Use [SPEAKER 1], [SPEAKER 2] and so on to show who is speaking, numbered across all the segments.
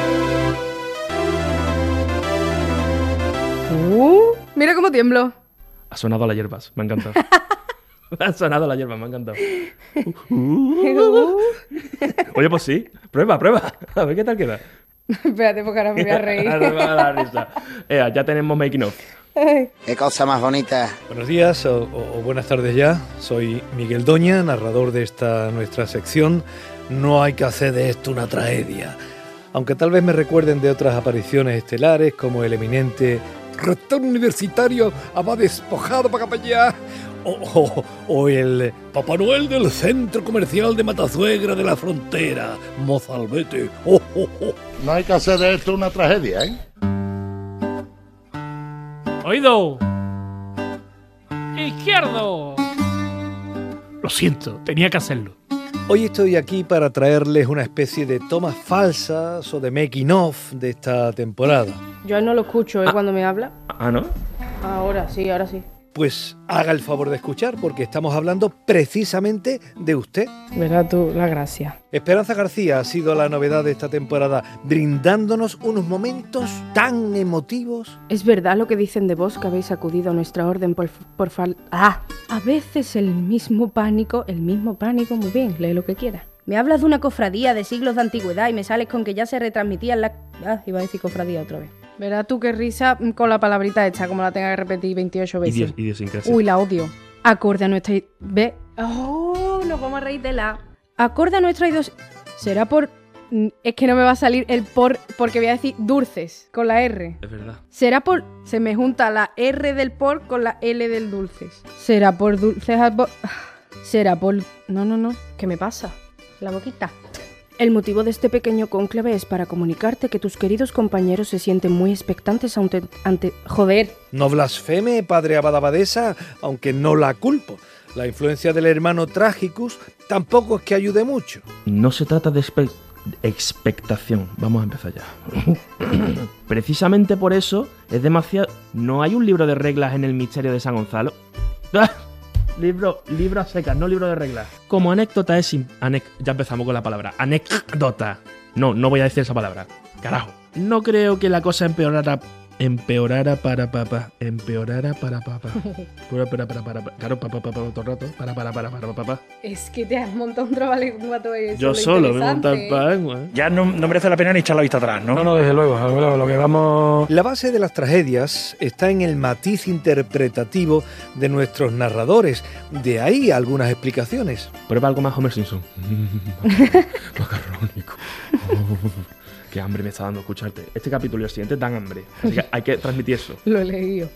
[SPEAKER 1] poco Uh, tiemblo.
[SPEAKER 2] Ha sonado a las hierbas, me ha encantado. ha sonado a las hierbas, me ha encantado. Oye, pues sí, prueba, prueba. A ver qué tal queda.
[SPEAKER 1] Espérate, porque ahora me voy a
[SPEAKER 2] Ahora me
[SPEAKER 1] reír.
[SPEAKER 2] va a dar risa. Ea, ya tenemos making of.
[SPEAKER 3] Qué cosa más bonita.
[SPEAKER 4] Buenos días o, o- o buenas tardes ya. Soy Miguel Doña, narrador de esta nuestra sección. No hay que hacer de esto una tragedia. Aunque tal vez me recuerden de otras apariciones estelares como el eminente rector universitario va despojado para capellá o, o- o el Papá Noel del centro comercial de Matazuegra de la frontera, Mozalbete. Oh, oh, oh.
[SPEAKER 5] No hay que hacer de esto una tragedia, ¿eh?
[SPEAKER 6] Oído. Izquierdo. Lo siento, tenía que hacerlo.
[SPEAKER 4] Hoy estoy aquí para traerles una especie de tomas falsas o de making of de esta temporada.
[SPEAKER 1] Yo a él no lo escucho, ¿eh? Cuando me habla.
[SPEAKER 2] Ah, ¿no?
[SPEAKER 1] Ahora sí, ahora sí.
[SPEAKER 4] Pues haga el favor de escuchar porque estamos hablando precisamente de usted.
[SPEAKER 1] Verá tú la gracia.
[SPEAKER 4] Esperanza García ha sido la novedad de esta temporada, brindándonos unos momentos tan emotivos.
[SPEAKER 1] Es verdad lo que dicen de vos que habéis acudido a nuestra orden por, por fal- ¡Ah! A veces el mismo pánico, el mismo pánico, muy bien, lee lo que quieras.
[SPEAKER 7] Me hablas de una cofradía de siglos de antigüedad y me sales con que ya se retransmitían las... Ah, iba a decir cofradía otra vez.
[SPEAKER 1] Verá tú qué risa mm, con la palabrita hecha, como la tenga que repetir 28 veces.
[SPEAKER 2] Idios, idiosincrasia.
[SPEAKER 1] Pues Uy, la odio. Acorde a nuestra... i- Ve... ¡Oh! Nos vamos a reír de la... Acorde a nuestra idos... Será por... mm, Es que no me va a salir el por... Porque voy a decir dulces, con la R.
[SPEAKER 2] Es verdad.
[SPEAKER 1] Será por... Se me junta la R del por con la L del dulces. Será por dulces... a bo- Será por... No, no, no. ¿Qué me pasa?
[SPEAKER 7] La boquita.
[SPEAKER 1] El motivo de este pequeño cónclave es para comunicarte que tus queridos compañeros se sienten muy expectantes ante... ante... Joder.
[SPEAKER 4] No blasfeme, padre Abadabadesa, aunque no la culpo. La influencia del hermano Tragicus tampoco es que ayude mucho.
[SPEAKER 2] No se trata de espe- expectación. Vamos a empezar ya. Precisamente por eso es demasiado. No hay un libro de reglas en el misterio de San Gonzalo. ¡Ah! Libro, libro a secas, no libro de reglas. Como anécdota es. im- anec- ya empezamos con la palabra. Anécdota. No, no voy a decir esa palabra. Carajo. No creo que la cosa empeorara. Empeorara para papá. Empeorara para papá. Para, para, para, para, para. Claro, papá, papá, todo el rato. Para, para, para, para, papá.
[SPEAKER 1] Es que te has montado un trabalengua todo eso.
[SPEAKER 2] Yo
[SPEAKER 1] lo
[SPEAKER 2] solo me he montado el
[SPEAKER 1] interesante.
[SPEAKER 2] paraguas.
[SPEAKER 8] Ya no, no merece la pena ni echar la vista atrás, ¿no?
[SPEAKER 9] desde luego, lo, que vamos...
[SPEAKER 4] La base de las tragedias está en el matiz interpretativo de nuestros narradores. De ahí algunas explicaciones.
[SPEAKER 2] Prueba algo más Homer Simpson. Macarrónico. Oh, Qué hambre me está dando escucharte. Este capítulo y el siguiente dan hambre. Así que hay que transmitir eso.
[SPEAKER 1] Lo he leído.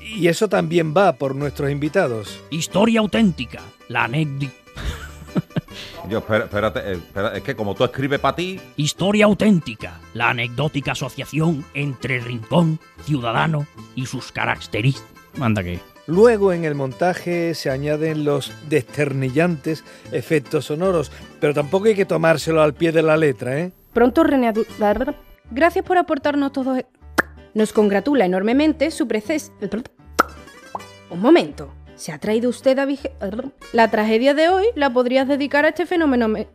[SPEAKER 4] Y eso también va por nuestros invitados.
[SPEAKER 6] Historia auténtica. La anécdota.
[SPEAKER 9] Yo, espera- espérate, eh, espera, es que como tú escribes para ti,
[SPEAKER 6] Historia auténtica. La anecdótica asociación entre Rincón, Ciudadano y sus características. Manda que.
[SPEAKER 4] Luego en el montaje se añaden los desternillantes efectos sonoros, pero tampoco hay que tomárselo al pie de la letra, ¿eh?
[SPEAKER 7] Pronto René Adu- dar- Gracias por aportarnos todos... e- Nos congratula enormemente su preces... Un momento. ¿Se ha traído usted a... vige-
[SPEAKER 1] La tragedia de hoy la podrías dedicar a este fenómeno. me-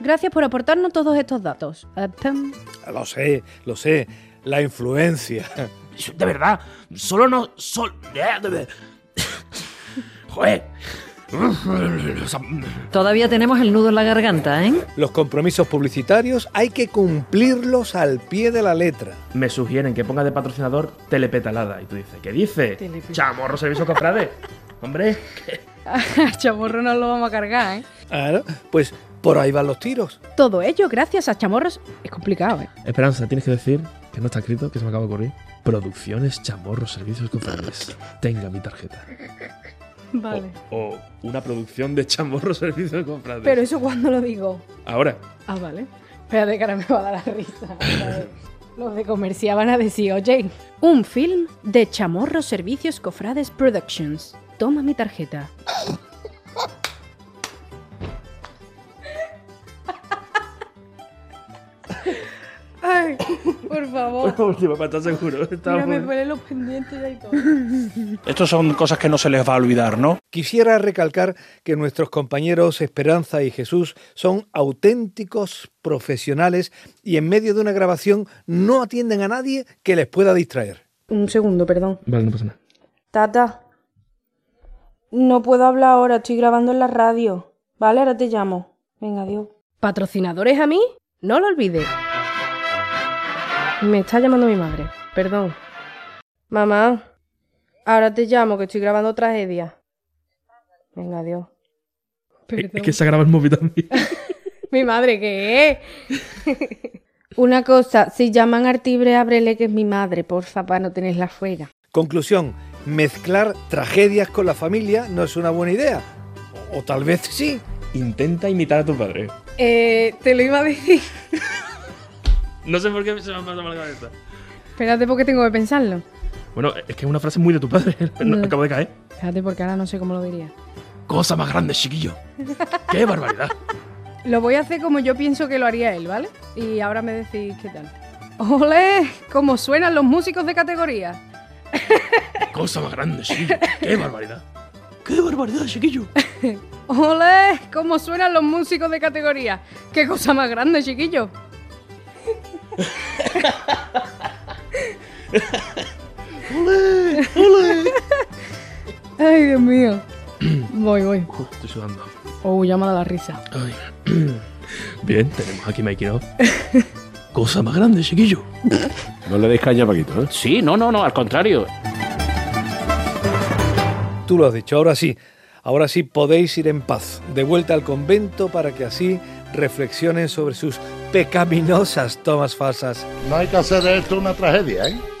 [SPEAKER 7] Gracias por aportarnos todos estos datos.
[SPEAKER 1] Ah,
[SPEAKER 7] Apem.
[SPEAKER 4] Lo sé, lo sé, la influencia.
[SPEAKER 2] De verdad, solo no. Sol... Joder.
[SPEAKER 10] Todavía tenemos el nudo en la garganta, ¿eh?
[SPEAKER 4] Los compromisos publicitarios hay que cumplirlos al pie de la letra.
[SPEAKER 2] Me sugieren que ponga de patrocinador telepetalada. Y tú dices, ¿qué dice? Chamorro Servicio Cofrade. Hombre,
[SPEAKER 1] Chaborro no lo vamos a cargar, ¿eh?
[SPEAKER 4] Ah, ¿no? Pues por ahí van los tiros.
[SPEAKER 7] Todo ello gracias a Chamorros...
[SPEAKER 1] Es complicado, ¿eh?
[SPEAKER 2] Esperanza, tienes que decir que no está escrito, que se me acaba de ocurrir. Producciones Chamorro Servicios Cofrades. Tenga mi tarjeta.
[SPEAKER 1] Vale.
[SPEAKER 2] O, o una producción de Chamorro Servicios Cofrades.
[SPEAKER 1] Pero eso cuando lo digo.
[SPEAKER 2] Ahora.
[SPEAKER 1] Ah, vale. Espérate que ahora me va a dar la risa. Los de comercial van a decir, oye.
[SPEAKER 7] Un film de Chamorro Servicios Cofrades Productions. Toma mi tarjeta.
[SPEAKER 1] Ay, por favor.
[SPEAKER 2] última pata, seguro. Estaba
[SPEAKER 1] Mira, Oh. me
[SPEAKER 2] muy-
[SPEAKER 1] pone los pendientes ya y todo.
[SPEAKER 8] Estos son cosas que no se les va a olvidar, ¿no?
[SPEAKER 4] Quisiera recalcar que nuestros compañeros Esperanza y Jesús son auténticos profesionales y en medio de una grabación no atienden a nadie que les pueda distraer.
[SPEAKER 1] Un segundo, perdón.
[SPEAKER 2] Vale, no pasa nada.
[SPEAKER 11] Tata. No puedo hablar ahora, estoy grabando en la radio. Vale, ahora te llamo. Venga, adiós.
[SPEAKER 7] ¿Patrocinadores a mí? No lo olvides. Me está llamando mi madre. Perdón.
[SPEAKER 11] Mamá, ahora te llamo, que estoy grabando tragedia. Venga, adiós.
[SPEAKER 2] Es, es que se ha grabado el móvil también.
[SPEAKER 11] Mi madre, ¿qué Una cosa, si llaman a Artibre, ábrele que es mi madre, porfa, para no tenerla fuera.
[SPEAKER 4] Conclusión, mezclar tragedias con la familia no es una buena idea. O, o tal vez sí.
[SPEAKER 2] Intenta imitar a tu padre.
[SPEAKER 11] Eh, te lo iba a decir.
[SPEAKER 2] No sé por qué se me ha pasado por la cabeza.
[SPEAKER 1] Espérate porque tengo que pensarlo.
[SPEAKER 2] Bueno, es que es una frase muy de tu padre. No,
[SPEAKER 1] No.
[SPEAKER 2] Acabo de caer.
[SPEAKER 1] Espérate porque ahora no sé cómo lo diría.
[SPEAKER 2] Cosa más grande, chiquillo. ¡Qué barbaridad!
[SPEAKER 1] Lo voy a hacer como yo pienso que lo haría él, ¿vale? Y ahora me decís qué tal. ¡Ole! ¿Cómo suenan los músicos de categoría?
[SPEAKER 2] Cosa más grande, chiquillo. ¡Qué barbaridad! ¡Qué barbaridad, chiquillo!
[SPEAKER 1] ¡Ole! ¿Cómo suenan los músicos de categoría? ¡Qué cosa más grande, chiquillo!
[SPEAKER 2] ¡Ole! ¡Ole!
[SPEAKER 1] Ay, Dios mío. Voy, voy.
[SPEAKER 2] Uf, estoy sudando.
[SPEAKER 1] Oh, llama a la risa.
[SPEAKER 2] Ay. Bien, tenemos aquí Mikey ¿no? Cosa más grande, chiquillo.
[SPEAKER 12] No le deis caña, Paquito, ¿eh?
[SPEAKER 13] Sí, no, no, no, al contrario.
[SPEAKER 4] Tú lo has dicho, ahora sí, ahora sí podéis ir en paz, de vuelta al convento para que así reflexionen sobre sus pecaminosas tomas falsas.
[SPEAKER 5] No hay que hacer de esto una tragedia, ¿eh?